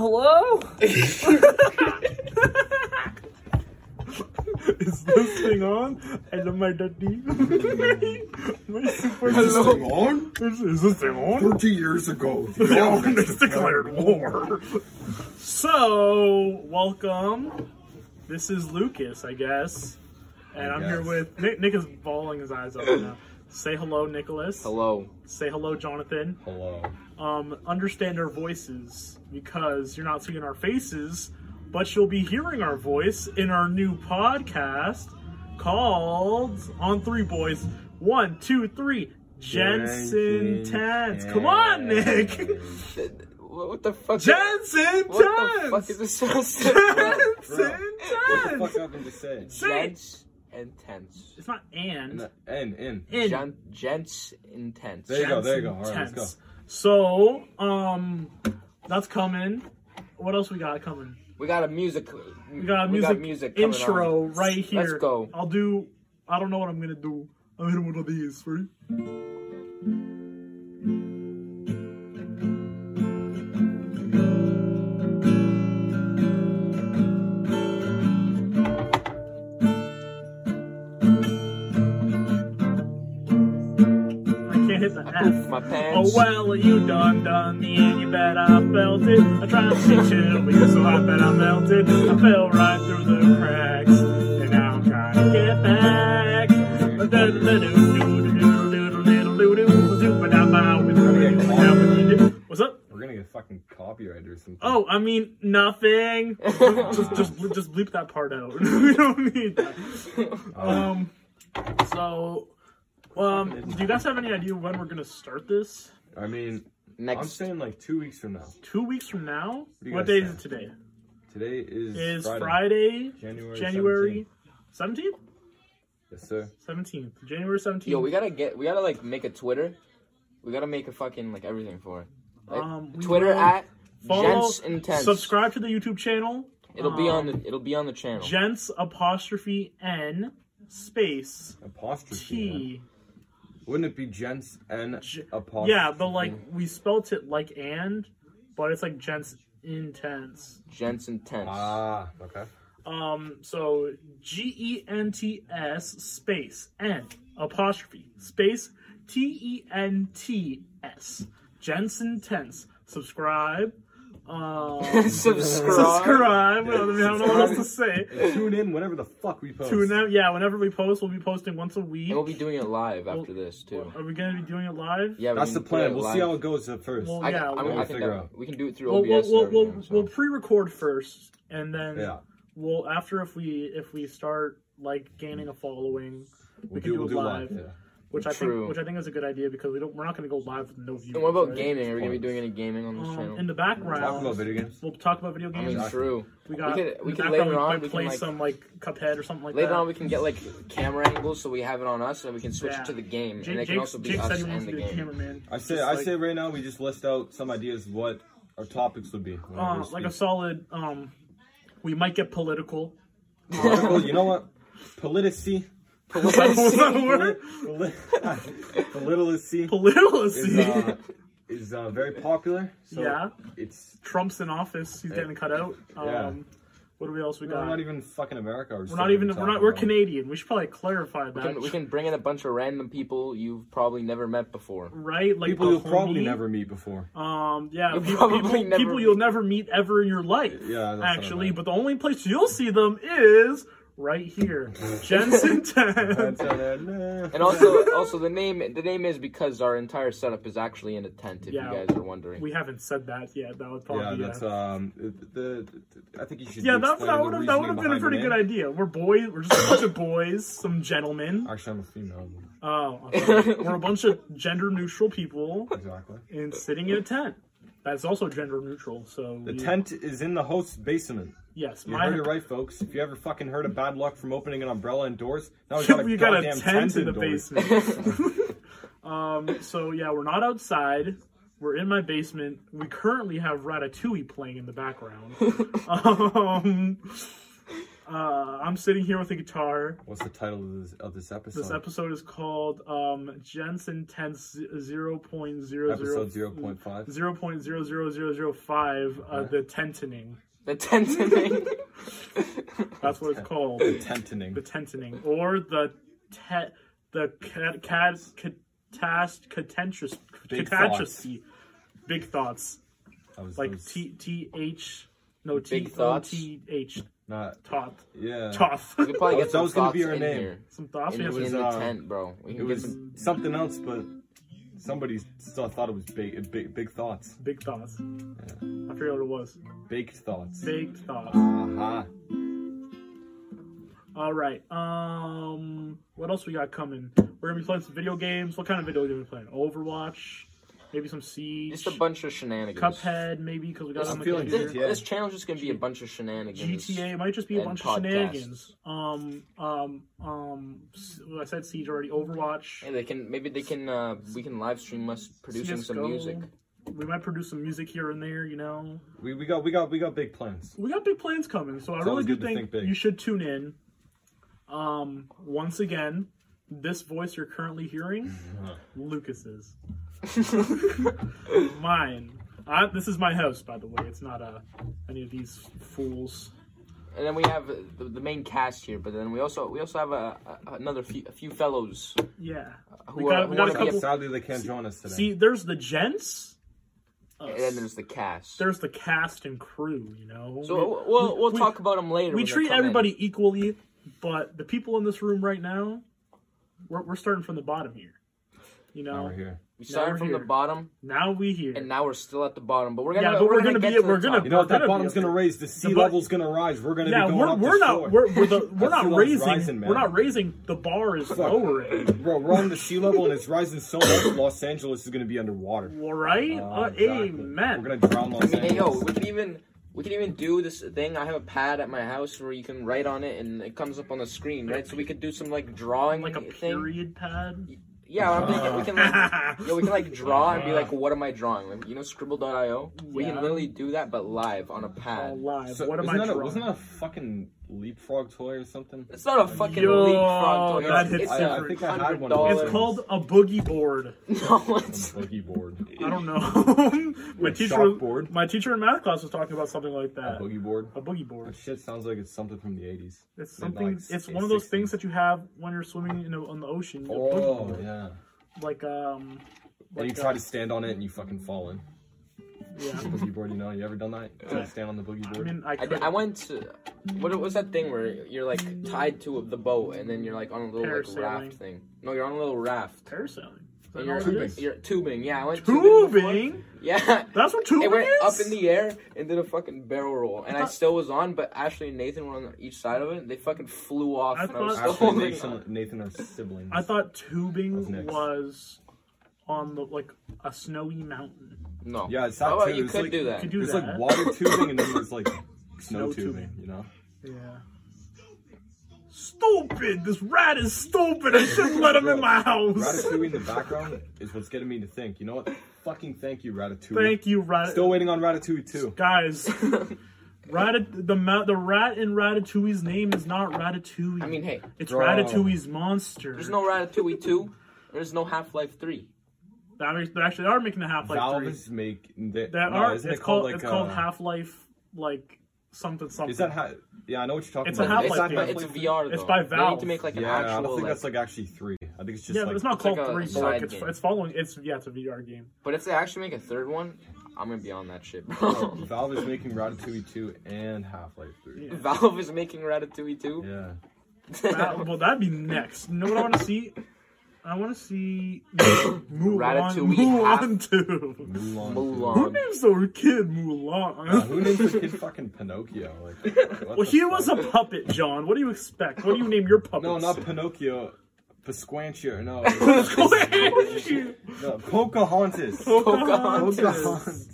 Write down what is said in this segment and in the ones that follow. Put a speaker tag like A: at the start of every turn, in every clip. A: Hello?
B: Is this thing on? I love my daddy. my super
C: Is this
B: Hello.
C: thing on?
B: Is, is this thing on?
C: 40 years ago.
B: Yeah, when they declared war. So, welcome. This is Lucas, I guess. And I'm here
C: guess.
B: with Nick. Nick is bawling his eyes out right now. Say hello, Nicholas.
D: Hello.
B: Say hello, Jonathan.
C: Hello.
B: Um, understand our voices because you're not seeing our faces, but you'll be hearing our voice in our new podcast called On Three Boys. One, two, three. Jensen
C: Jensen
B: Tans. Come on, Nick.
D: What, what the fuck?
B: Jensen
D: What the fuck is
B: Tans.
D: this all
B: Jensen
C: What the fuck
B: Tans.
C: happened to say?
B: Say it.
D: Gents and tense.
B: It's not and.
C: No, In, in.
B: In.
D: Gen- gents intense.
C: There you go, there you go. All right,
B: Jensen
C: let's
B: Tans.
C: go.
B: So, um, that's coming. What else we got coming?
D: We got a music.
B: We got a
D: we
B: music,
D: got music coming
B: intro
D: on.
B: right here. Oh,
D: Let's go.
B: I'll do. I don't know what I'm gonna do. I'll hit one of these. Ready? I can't hit the F.
D: My
B: Oh
D: pants.
B: well, you done done me and you bet I felt it. I tried to stay chill, but you're so hot that I melted. I fell right through the cracks, and now I'm trying to get back. What's up?
C: We're gonna get fucking copyrighted or something.
B: Oh, I mean nothing. just, just, just bleep that part out. we don't need that. Um, so, um, do you guys have any idea when we're gonna start this?
C: I mean, I'm
D: Next.
C: saying like two weeks from now.
B: two weeks from now.
C: do you
B: What
C: guys
B: day
C: say?
B: is it today?
C: Today is,
B: Is
C: Friday.
B: Friday,
C: January
B: January seventeenth,
C: Yes, sir.
B: seventeenth, January seventeenth.
D: Yo, we gotta get. We gotta like make a Twitter. We gotta make a fucking like everything for it. Like,
B: Um, we
D: Twitter
B: will
D: at
B: follow,
D: gents intense.
B: subscribe to the YouTube channel.
D: It'll be
B: um,
D: on the. It'll be on the channel.
B: Gents apostrophe n space
C: Apostrophe.
B: t.
C: huh? Wouldn't it be gents and
B: J-
C: apostrophe?
B: Yeah, but like we spelt it like and, but it's like gents intense.
D: gents intense.
C: Ah, okay.
B: Um, so G E N T S space N apostrophe space T E N T S Jensen Tense. Subscribe. Um,
D: subscribe.
B: subscribe. I don't know what else to say.
C: And Tune in whenever the fuck we post.
B: Tune out. Yeah, whenever we post, we'll be posting once a week.
D: And we'll be doing it live after this too.
B: Are we gonna be doing it live?
D: Yeah, we
C: That's
D: can
C: the
D: do
C: plan.
D: it
C: We'll
D: live.
C: see how it goes at first.
B: Well,
D: I,
B: yeah,
D: I, mean,
B: we'll-
D: I
C: We'll
D: think
C: figure
D: that
C: out.
D: we can do it through
B: We'll,
D: OBS.
B: we'll, we'll,
D: and
B: we'll,
D: everything, so.
B: we'll pre-record first, and then
C: yeah.
B: we'll after if we if we start like gaining a following, we
C: We'll
B: can
C: do,
B: do,
C: we'll
B: it
C: do
B: live.
C: live. Yeah.
B: which I
D: True.
B: think which I think is a good idea because we don't we're not going to go live with no viewers.
D: And what about
B: right?
D: gaming? Are we gonna be doing any gaming on this
B: Um,
D: channel?
B: in the background,
C: Talk about video games.
B: we'll talk about video
D: I
B: games.
D: mean,
C: Exactly.
D: true.
B: we got
D: we could-
B: in
D: we
B: the
D: could
B: background,
D: later
B: we
D: on,
B: might
D: we can,
B: play
D: like-
B: some like Cuphead or something like
D: Later
B: that.
D: on, we can get like camera angles so we have it on us, and we can switch
B: Yeah.
D: it to the game,
B: Jake,
D: and it can
B: Jake-
D: also be
B: Jake said
D: us
B: he wants
D: and
B: to
D: the
B: be a
D: game.
B: cameraman.
C: I say,
B: Just
C: I
B: like,
C: say right now we just list out some ideas what our topics would be. whenever
B: uh,
C: we
B: like a
C: speak.
B: solid. Um, we might get political.
C: Political, you know what? Politici.
B: What's that word?
C: Poli- Politici is,
B: Political.
C: uh, is uh, very popular. So
B: Yeah.
C: It's
B: Trump's in office. He's getting cut out. Um,
C: Yeah.
B: What do we else we got?
C: we're not even fucking America. We're,
B: we're not even. We're not. We're Canadian. We should probably clarify
D: We
B: that.
D: can, we can bring in a bunch of random people you've probably never met before.
B: right? Like
C: People you'll
B: Bahomey.
C: probably never meet before.
B: Um, yeah,
D: You'll
B: pe-
D: probably
B: people,
D: never
B: people
D: meet-
B: you'll never meet ever in your life.
C: Yeah, that's what I
B: actually,
C: meant.
B: but the only place you'll see them is right here, Jensen Ten.
D: And
C: and
D: also, also the name the name is because our entire setup is actually in a tent. If
B: Yeah.
D: you guys are wondering,
B: we haven't said that yet. That would
C: yeah,
B: probably
C: that's um. The, the, I think you should.
B: yeah, that,
C: explain the
B: that would have that would have
C: reasoning
B: been a
C: behind
B: pretty
C: the
B: good
C: name.
B: idea. We're boys. We're just a bunch of boys, some gentlemen.
C: Actually, I'm a female.
B: Oh, okay. we're a bunch of gender neutral people
C: Exactly.
B: and sitting in a tent. That's also gender neutral. So
C: The
B: we-
C: tent is in the host's basement.
B: Yes,
C: You
B: my
C: heard it right, folks. If you ever fucking heard of bad luck from opening an umbrella indoors, now we got a
B: we got
C: goddamn
B: a tent in the
C: indoors.
B: basement. um, so yeah, we're not outside. We're in my basement. We currently have Ratatouille playing in the background. um, Uh, I'm sitting here with a guitar.
C: What's the title of this, of this episode?
B: This episode is called um, Jensen Tense 0.00.
C: Episode 0.5.
B: 0.00005, uh, the tentening.
D: The tentening.
B: That's what it's called.
C: Tentening.
B: The tentening. Or the te- the cat, cat, catast, catentris,
C: Big
B: catastrophe. Big thoughts.
C: I was I
B: Like
C: was
B: T T H. No, T
D: Big
B: O
D: thoughts?
B: T H.
C: Not.
B: Tot.
C: Yeah.
B: Toth.
D: We could probably
C: Oh,
D: get
C: that
D: some
C: was gonna
D: thoughts
C: be our
D: in
C: name.
D: here.
B: Some thoughts.
D: In,
B: we have
D: in
C: was,
B: some-
D: the
C: uh,
D: tent, bro. We
C: It
D: can get
C: was
D: some
C: something else, but somebody still thought it was ba- big, big thoughts,
B: Big thoughts. I forget what it was.
C: baked thoughts.
B: Big thoughts.
C: Aha.
B: All right. Um, what else we got coming? We're gonna be playing some video games. What kind of video game are we playing? Overwatch, maybe some Siege,
D: just a bunch of shenanigans.
B: Cuphead, maybe because we got it
D: I'm
B: on the
C: feeling
D: This,
B: computer.
C: GTA.
D: this channel's just gonna be a bunch of shenanigans.
B: GTA it might just be a
D: and
B: bunch
D: podcasts.
B: of shenanigans. Um, um, um. s- well, I said Siege already. Overwatch.
D: Hey, they can maybe they can uh we can live stream us producing some
B: CS:GO.
D: music.
B: We might produce some music here and there. You know,
C: We, we got we got we got big plans.
B: we got big plans coming, so I really
C: always
B: do
C: good to
B: think,
C: think big.
B: you should tune in. Um, once again, this voice you're currently hearing, Lucas's, mine. I, this is my house, by the way. It's not uh, any of these fools.
D: And then we have uh, the, the main cast here, but then we also we also have a, a another few a few fellows.
B: Yeah,
D: Who
B: we
C: Uh,
D: are-
B: got
D: who
B: we got a
D: wanna be
B: couple.
C: Sadly, they can't join us today.
B: See, there's the gents. us.
D: And then there's the cast.
B: there's the cast and crew. You know.
D: So uh, we'll we'll
B: we-
D: talk about them later.
B: we
D: when they
B: treat
D: come in.
B: everybody equally, but the people in this room right now, we're, we're starting from the bottom here. You know,
C: now we're here.
D: We
B: now
D: started
B: we're
D: from the
B: here.
D: bottom,
B: now we here.
D: and now we're still at the bottom. But we're
B: Yeah,
D: gonna
B: but
D: we're,
B: we're
D: gonna,
B: gonna be-
D: get to
B: we're
D: the
B: gonna-
D: top.
C: You know what?
B: That'll
C: That
B: be
C: bottom's
B: okay.
C: gonna raise. The sea
B: The bu-
C: level's gonna rise. We're gonna
B: yeah,
C: be going
B: we're,
C: up
B: we're
C: the
B: not
C: floor.
B: we're, we're, the, we're
C: That's
B: not
C: the one's
B: raising
C: rising, man.
B: we're not raising the bar is lowering.
C: Bro, we're on the sea level and it's rising so much. Los Angeles is gonna be underwater.
B: All right,
C: Oh,
B: uh,
C: exactly.
B: amen.
C: We're gonna drown Los
D: I mean,
C: Angeles.
D: hey, yo, we can even we can even do this thing. I have a pad at my house where you can write on it, and it comes up on the screen, right? So we could do some like drawing
B: like a
D: thing.
B: period pad.
D: Yeah, I'm thinking we can like, yo, we can like draw and be like, what am I drawing? Like, you know, Scribble.io. We
B: Yeah. Oh,
D: can literally do that, but live on a
B: All
D: pad.
B: live.
C: So,
B: what am I
C: wasn't that a-
B: drawing?
C: wasn't that a fucking leapfrog toy or something?
D: It's not a fucking
B: Yo,
D: leapfrog.
B: that
D: toy. It's-
B: hits
D: it's
B: different.
D: a
B: I think
C: I had one of
D: $100.
C: those.
B: it's called a boogie board.
D: no. It's,
C: Boogie board.
B: I don't know. my
C: A
B: teacher,
C: chalkboard?
B: my teacher in math class was talking about something like that.
C: Boogie board.
B: A boogie
C: That
B: board.
C: shit sounds like it's something from the 80s.
B: It's
C: Maybe
B: something.
C: like
B: it's
C: s-
B: one of those
C: 60.
B: things that you have when you're swimming in a, on the ocean. you know,
C: Oh,
B: boogie.
C: yeah.
B: Like um.
C: And you
B: like,
C: try
B: uh,
C: to stand on it and you fucking fall in.
B: Yeah.
C: Boogie board, you know? You ever done that? Try to stand on the boogie
B: I
C: board?
B: mean, I
D: I,
B: could.
D: did- I went to what was that thing where you're like tied to the boat and then you're like on a little like
B: Parasailing.
D: raft thing. No, you're on a little raft.
B: parasailing. Is that
D: And You're
B: all it is?
D: you're tubing. Yeah, I went before.
B: Tubing.
D: Yeah.
B: That's what tubing
D: It went
B: is.
D: up in the air and did a fucking barrel roll, and I still was on, but Ashley and Nathan were on each side of it. They fucking flew off,
B: I
D: and I was
B: thought-
D: still
C: Ashley,
D: holding
C: Nathan,
D: on.
C: Nathan are siblings.
B: I thought
C: That's
B: tubing
C: next.
B: was on the like a snowy mountain.
D: No.
C: Yeah, it's
D: How
C: not
D: about
C: tubing,
D: you
C: it's
D: could
C: like-
D: do
B: You
D: that.
B: could do
C: There's
B: that.
C: like water tubing and then there's like
B: Snow
C: snow
B: tubing.
C: tubing, you know?
B: Yeah. Stupid! This rat is stupid. I shouldn't let him in my house.
C: Ratatouille in the background is what's getting me to think. You know what? Fucking thank you, Ratatouille.
B: Thank you, rat.
C: Still waiting on Ratatouille too.
B: Guys, Ratat- the ma- the rat in Ratatouille's name is not Ratatouille.
D: I mean, hey,
B: it's
C: Bro.
B: Ratatouille's monster.
D: there's no Ratatouille two. There's no Half Life three.
B: That makes- they actually are making a Half Life
C: Valve
B: three.
C: is make they,
B: That
C: no,
B: are it's
C: isn't
B: called,
C: it called, like
B: it's called
C: uh,
B: Half Life like something something.
C: Is that ha- yeah? I know what you're talking
B: It's a
C: about.
B: Half-Life
D: It's,
C: not
D: not,
B: game.
D: but it's
C: Half-Life
D: VR though.
B: It's by
D: They need
B: Valve.
D: to make like an
C: Yeah, I don't
D: actual.
C: think
D: like,
C: that's like actually three. I think it's just
B: yeah,
C: like
B: but it's not called
D: like a
B: three. But
D: side
B: like it's,
D: game.
B: it's following. It's yeah, it's a VR game.
D: But if they actually make a third one, I'm gonna be on that shit, bro.
C: Valve is making Ratatouille two and Half Life three.
B: Yeah.
D: Valve is making Ratatouille too.
C: Yeah.
B: That, well, that'd be next. You know what I want to see? I want to see Mulan.
D: Ratatouille
B: Mulan too.
C: Mulan.
B: Who
D: Mulan.
B: names their kid
C: two.
B: Mulan?
C: Who names the kid fucking Pinocchio? Like, what
B: Well,
C: the
B: he
C: fuck?
B: was a puppet, John. What do you expect? What do you name your puppets?
C: no, not Pinocchio. Pasquantia. No, no, Pocahontas.
B: Pocahontas.
C: Pocahontas.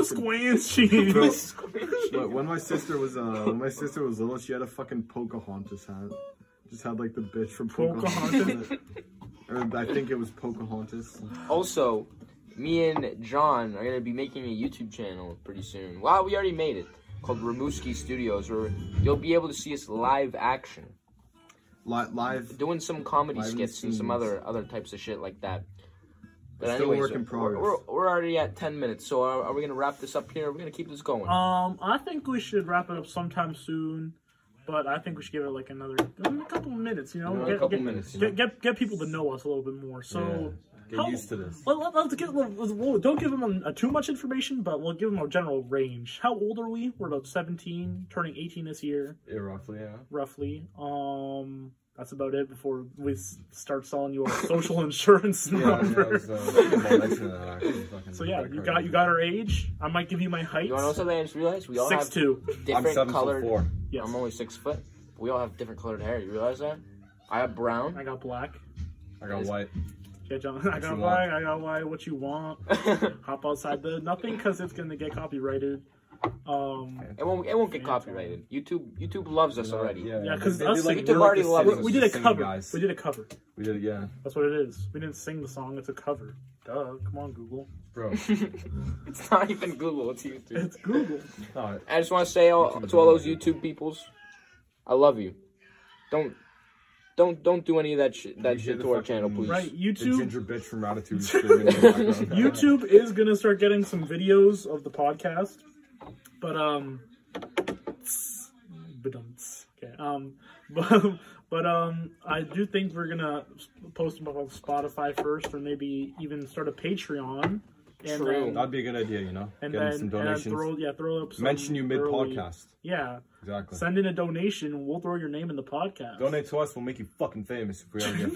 B: Pasquanchi.
A: But when my sister was uh, when my sister was little, she had a fucking Pocahontas hat. Just had like the bitch from Pocahontas.
B: Pocahontas.
A: or I think it was Pocahontas.
D: Also, me and John are gonna be making a YouTube channel pretty soon. Wow, we already made it. called Ramuski Studios, where you'll be able to see us live action
A: Li- live.
D: doing some comedy
A: Behind the
D: skits and some
A: scenes.
D: other other types of shit like that.
A: It's still a work in progress.
D: We're, we're already at ten minutes, so are, are we gonna wrap this up here? We're gonna keep this going.
B: Um, I think we should wrap it up sometime soon, but I think we should give it like another a couple minutes. You know,
D: Yeah, a
B: get,
D: couple
B: get,
D: minutes, you
B: Get, get get people to know us a little bit more. So.
C: Get
B: How-
C: used to this.
B: Well, let, let's get. let- let's- we'll- don't give them a, a- too much information, but we'll give them a general range. How old are we? We're about seventeen, turning eighteen this year,
C: Yeah, roughly, yeah.
B: roughly. Um, that's about it before we s- start selling you our social insurance
C: Yeah, I mean, I
B: number.
C: was, uh, fucking more nice than that, actually. Fucking
B: so yeah,
C: credit
B: you
C: card.
B: got you got our age. I might give you my height.
D: you want to also let us realize we all
B: Six
D: have
B: two.
C: I'm
D: different
C: seven foot
D: colored.
C: four.
B: Yes.
D: I'm only six foot. We all have different colored hair. You realize that? I have brown.
B: I got black.
C: I got white.
B: Yeah, John, I got
C: you want?
B: why. I got why. What you want? Hop outside the nothing because it's gonna get copyrighted. Um,
D: It won't. It won't get copyrighted. YouTube. YouTube loves us already.
B: Yeah, 'cause
C: they-
B: us
C: they like-
B: singing-
C: they're like
D: already
C: the
D: love
B: we,
D: it.
C: singers,
B: we did a
C: just singing
B: cover.
C: guys.
B: We did a cover.
C: We did it, yeah,
B: That's what it is. We didn't sing the song. It's a cover. Duh. Come on, Google.
C: bro.
D: It's not even Google. It's YouTube.
B: It's Google.
C: No,
D: I just want to say all, to all those YouTube peoples, I love you. Don't, don't, don't do any of that shit. That
C: You hear
D: shit
C: the
D: to our
C: fucking-
D: channel, please.
B: Right.
C: the
B: YouTube.
C: ginger bitch from Ratatouille is screaming in the background.
B: YouTube is gonna start getting some videos of the podcast, but um, badumts. okay. Um, but but um, I do think we're gonna post them up on Spotify first, or maybe even start a Patreon. And
D: True.
B: then,
C: That'd be a good idea, you know.
B: and
C: Get
B: then,
C: him some
B: and then
C: donations.
B: throw yeah throw up some
C: Mention you mid
B: early-
C: podcast.
B: Yeah,
C: Exactly.
B: send in a donation. We'll throw your name in the podcast.
C: Donate to us, we'll make you fucking famous if we ever get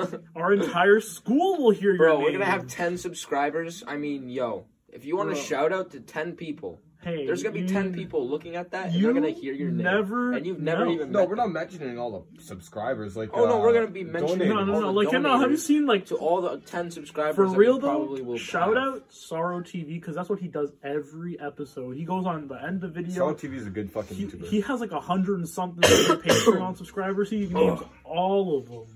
C: famous.
B: Our entire school will hear your
D: Bro,
B: name.
D: we're gonna have ten subscribers. I mean, yo, if you want to
B: Bro.
D: shout out to ten people,
B: Hey,
D: there's gonna be
B: you-
D: ten people looking at that, and
B: you
D: they're gonna hear your name,
B: never
D: and you've never
B: know.
D: even.
C: no,
D: met
C: we're
D: them.
C: not mentioning all the subscribers. Like,
D: Oh, no,
C: uh,
D: we're gonna be mentioning-
C: donating.
B: No, no,
D: all
B: no.
D: the
B: Like, you know, have you
D: donators.
B: seen like
D: To all the ten subscribers,
B: for
D: that we
B: real
D: probably
B: though?
D: will
B: Shout
D: have.
B: out Sorrow TV because that's what he does every episode. He goes on the end of the video.
C: Solid TV is a good fucking
B: he,
C: YouTuber.
B: he has like a hundred and something Patreon subscribers. He names all of them,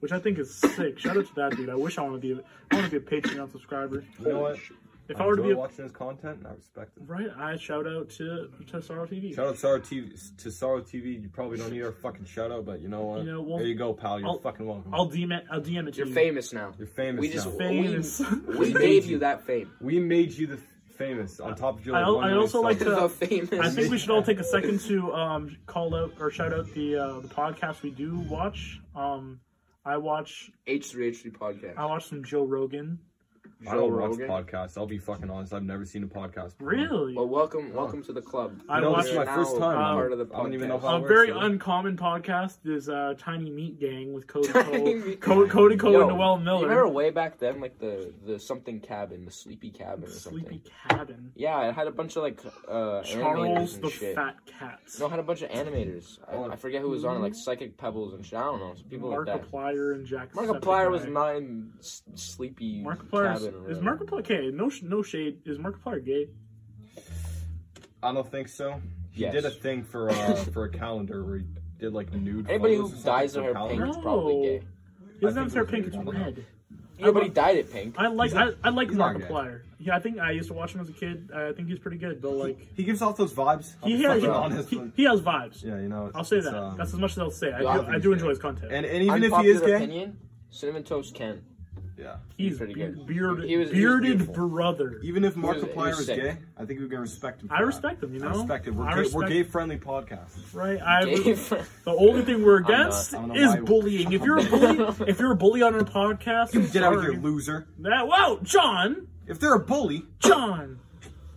B: which I think is sick. Shout out to that dude. I wish I want to be. A, I want to be a Patreon subscriber.
C: you know what?
B: If
C: I
B: I were to
C: enjoy
B: be a,
C: watching his content, and I respect it.
B: right, I shout out to to Sorrow TV.
C: Shout out Sorrow TV, to Sorrow TV. You probably don't need our fucking shout out, but you know what?
B: You know, well,
C: there you go, pal. You're
B: I'll-
C: fucking welcome.
B: I'll DM it. I'll DM it to
D: You're
B: you.
D: famous now.
C: You're famous
D: We just
C: now.
B: Famous.
D: We gave you that fame.
C: We made you the f- famous on top of your.
B: I-
C: like, one
B: I
C: million
B: also like
C: subs.
B: to-
D: the famous.
B: I think we should all take a second to um, call out or shout out the uh, the podcast we do watch. Um, I watch
D: H3H3 podcast.
B: I watch some Joe Rogan.
C: I
D: Joe
C: don't watch
D: Rogan.
C: podcasts. I'll be fucking honest. I've never seen a podcast. before.
B: Really,
D: Well, welcome, welcome to the club.
B: I
C: Oh. You know,
B: watch
C: this is my
D: Now
C: first time.
B: um,
D: part of the
C: I don't even know
D: podcast.
C: how
B: a
C: it works,
B: very
C: dude.
B: uncommon podcast is uh, Tiny Meat Gang with Cody
D: Tiny
B: Cole,
D: Meat
B: Co-
D: Gang.
B: Cody Cole,
D: Yo,
B: and Noel
D: You
B: Miller.
D: remember way back then, like the the something cabin, the sleepy cabin or something.
B: Sleepy Cabin.
D: Yeah, it had a bunch of like uh, animators
B: Charles
D: and
B: the
D: shit.
B: Fat Cat.
D: No, it had a bunch of animators. I, I forget who was on it, like Psychic Pebbles and shit. I don't know, some people like that.
B: Mm-hmm. Markiplier and Jack.
D: Markiplier was not in S- Sleepy
B: Markiplier is,
D: Cabin. or
B: is
D: whatever.
B: Markiplier okay? No, sh- no shade. Is Markiplier gay?
C: I don't think so. He
D: Yes.
C: did a thing for uh, for a calendar where he did like nude.
D: Anybody
C: photos
D: who
C: or something
D: dyes
C: for
D: their hair
C: calendar.
D: pink is probably
B: No.
D: gay.
B: His
C: think
B: name's hair
C: it was
B: pink.
C: gay.
B: It's
C: I don't know.
B: red.
D: Nobody dyed it pink.
B: I like I, I like
C: he's not
B: Markiplier. Yeah, I think I used to watch him as a kid. I think he's pretty good, but like
C: He gives off those vibes. I'll
B: he
C: be
B: has
C: fucking
B: he,
C: honest.
B: he, he has vibes.
C: yeah, you know.
B: I'll say
C: it's,
B: that.
C: um,
B: That's as much as I'll say. I
D: yeah, I
B: do,
C: think
B: I
C: he's
B: do enjoy
C: gay.
B: his content.
C: and and even if he is
D: Unpopular
C: gay,
D: opinion, Cinnamon Toast Ken.
C: yeah.
B: he's
D: pretty
B: be-
D: good.
B: bearded
D: He was- he was
B: bearded
D: beautiful.
B: brother.
C: Even if
D: was- he
C: Markiplier
D: was
C: is
D: sick.
C: gay, I think we can respect him. for
B: I
C: that.
B: respect him, you know.
C: Respect it. We're,
B: I
C: gay,
B: respect-
C: we're gay friendly podcast.
B: right? I,
D: Gay
B: the
D: friend.
B: only thing we're against
C: I don't know
B: is
C: why-
B: bullying. If you're a bully, if you're a bully on our podcast, I'm
C: Get out of here,
B: sorry.
C: loser.
B: That wow, John,
C: If they're a bully,
B: John,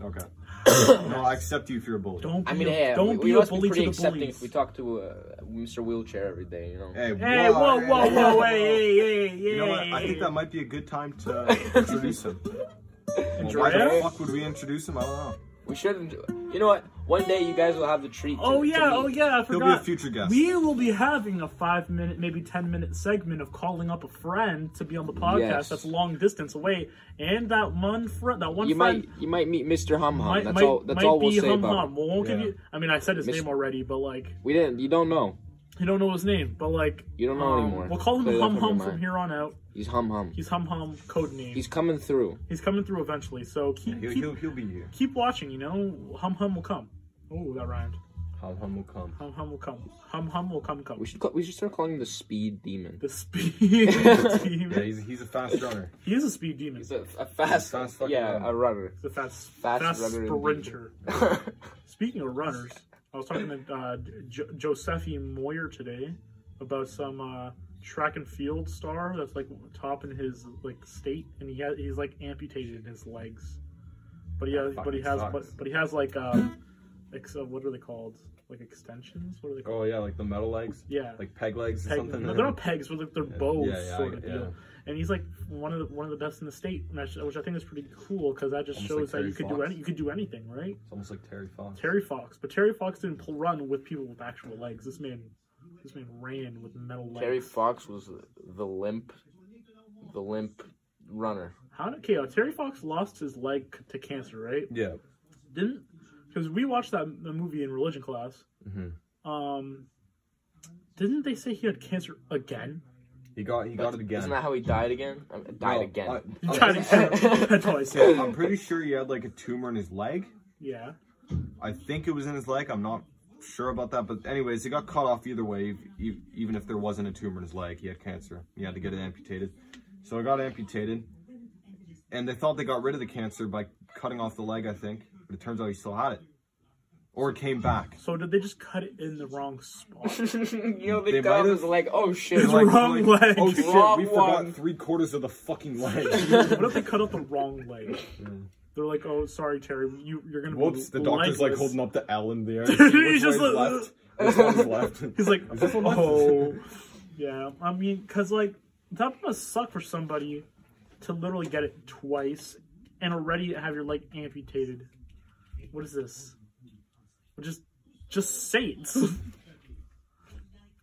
C: okay. no, I accept you if you're a bully.
B: don't be
D: I mean,
B: a,
D: yeah,
B: don't
D: we,
B: be
D: we
B: a
D: must
B: bully
D: be
B: to
D: pretty
B: the
D: accepting
B: bullies.
D: if we talk to uh, Mr. Wheelchair every day, you know.
C: Hey,
B: Hey, whoa, whoa, whoa, hey, hey, hey,
C: You know what? I think that might be a good time to introduce him. Why the
B: Giraffe?
C: fuck would we introduce him? I don't know.
D: We shouldn't. do- You know what? One day you guys will have the treat. to-
B: Oh
D: to
B: yeah,
D: meet.
B: oh yeah, I
C: He'll
B: forgot.
C: be a future guest.
B: We will be having a five minute, maybe ten minute segment of calling up a friend to be on the podcast
D: Yes.
B: that's long distance away, and that one friend, that one
D: You
B: friend
D: might you might meet Mr. Hum Hum.
B: might
D: That's
B: might,
D: all. That's
B: might
D: all
B: be
D: we'll say
B: hum
D: about.
B: hum.
D: Him.
B: We won't give
C: Yeah.
B: you. I mean, I said his
D: Mis-
B: name already, but like
D: We didn't. You don't know.
B: you don't know his name, but like
D: You don't know
B: um,
D: anymore.
B: We'll call him
D: Clear that
B: hum
D: from your
B: hum from
D: mind.
B: here on out.
D: He's Hum Hum.
B: He's hum hum code name.
D: He's
B: He's,
D: coming through.
B: coming through eventually, so keep
C: He'll,
B: keep,
C: he'll, he'll be here.
B: keep watching. You know, hum hum will come. Oh, that rhymed.
C: Hum hum will come.
B: Hum hum will come. Hum hum will come come.
D: We should call, we should start calling him the speed demon.
B: The speed
C: Yeah,
B: demon.
C: he's, he's a fast runner.
B: He is a speed demon.
D: He's a, a fast,
C: Fast fucking
D: yeah,
C: runner.
D: a runner.
B: The fast,
D: Fast
B: fast
D: runner indeed.
B: sprinter. Speaking of runners, I was talking to uh, jo- Josephine Moyer today about some uh, track and field star that's like top in his like state, and he has he's like amputated his legs, but he has,
C: That
B: but he
C: fucking
B: has but,
C: sucks.
B: but he has like um, ex- uh, what are they called? Like extensions? What are they called?
C: Oh yeah, like the metal legs,
B: Yeah,
C: like peg legs or
B: Peg-
C: something.
B: no, they're not pegs, but they're, they're bows,
C: Yeah, yeah,
B: sort
C: I-
B: of
C: yeah.
B: deal. And he's like one of the one of the best in the state, and that's- which I think is pretty cool because that just
C: Almost
B: shows
C: like
B: that you
C: Terry
B: could do
C: Fox.
B: any, you could do anything, right?
C: It's almost like Terry Fox.
B: Terry Fox, but Terry Fox didn't pl- run with people with actual legs. This man, this man ran with metal legs.
D: Terry Fox was the- the limp, the limp runner.
B: How did okay, uh, Terry Fox lost his leg c- to cancer, right?
C: Yeah.
B: Didn't because we watched that m- the movie in religion class.
C: hmm
B: Um, didn't they say he had cancer again?
C: He got he got it again.
D: Isn't that how he died again? Um, died
C: No,
D: again.
C: I-
B: He
C: I'm-
B: died again. That's all I said.
C: I'm pretty sure he had like a tumor in his leg.
B: Yeah.
C: I think it was in his leg. I'm not sure about that, but anyways, he got cut off either way. ev- ev- Even if there wasn't a tumor in his leg, he had cancer. He had to get it amputated. So it got amputated, and they thought they got rid of the cancer by cutting off the leg. I think, but it turns out he still had it, or it came back.
B: So did they just cut it in the wrong spot?
D: you know,
C: They
D: the
C: might
D: guy
C: have-
D: was like, oh shit.
B: It's
C: Like,
B: wrong
C: like,
B: leg.
C: Oh shit!
D: Wrong
C: we forgot
D: one.
C: three quarters of the fucking leg.
B: what if they cut out the wrong leg? They're like, oh, sorry, Terry, you, you're gonna.
C: Whoops!
B: be
C: The doctor's like
B: legless."
C: holding up the L in the air.
B: He's
C: He's
B: just
C: just
B: like,
C: left. Which one is left?
B: He's like,
C: Is this one left?
B: oh, yeah. I mean, cause like that must suck for somebody to literally get it twice and already have your leg amputated. What is this? Well, just, just say it.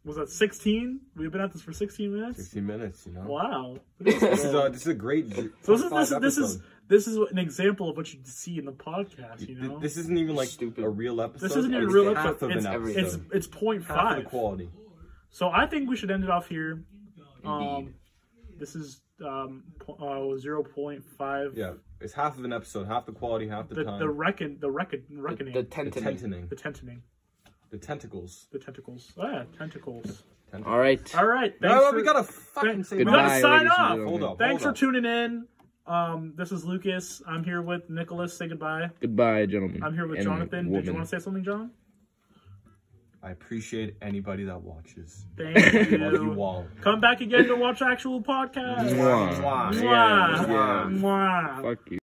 B: Was that 16? We've been at this for 16 minutes.
C: 60 minutes, you know.
B: Wow. Look at
C: This is uh, a this is a great.
B: So this is this is, this is this is an example of what you see in the podcast. You know,
C: This isn't even like
D: Stupid.
C: a real episode.
B: this isn't even a
C: It's
B: real
C: half
B: episode.
C: Of
B: It's,
C: an episode.
B: it's it's point
C: half of
B: five.
C: the quality.
B: So I think we should end it off here. Um,
D: Indeed.
B: this is um po- uh, zero point five.
C: Yeah, it's half of an episode, half the quality, half the,
B: The
C: time.
B: the reckon the reckon reckoning
D: The
B: the,
C: the
D: tentative.
C: tentating,
B: tentening
C: the tentacles.
B: the tentacles. Ah, yeah, tentacles.
D: All right.
B: All right. Thanks
C: No,
B: for,
C: Oh, we gotta fucking
B: Thanks.
C: say
B: We
D: Goodbye,
B: gotta
C: bye.
B: sign
D: ladies and
B: off.
D: gentlemen.
C: Hold up.
B: Thanks for
C: hold
B: tuning in. Um, this is Lucas. I'm here with Nicholas. Say goodbye.
D: Goodbye, gentlemen.
B: I'm here with
D: and
B: Jonathan. Did you
D: woman.
B: want to say something, John?
C: up. I appreciate anybody that watches.
B: Thank
C: Love you
B: you.
C: all.
B: Come back again to watch actual podcast.
D: Mwah.
C: Mwah.
B: Mwah.
D: Yeah, yeah.
B: Mwah.
D: Fuck you.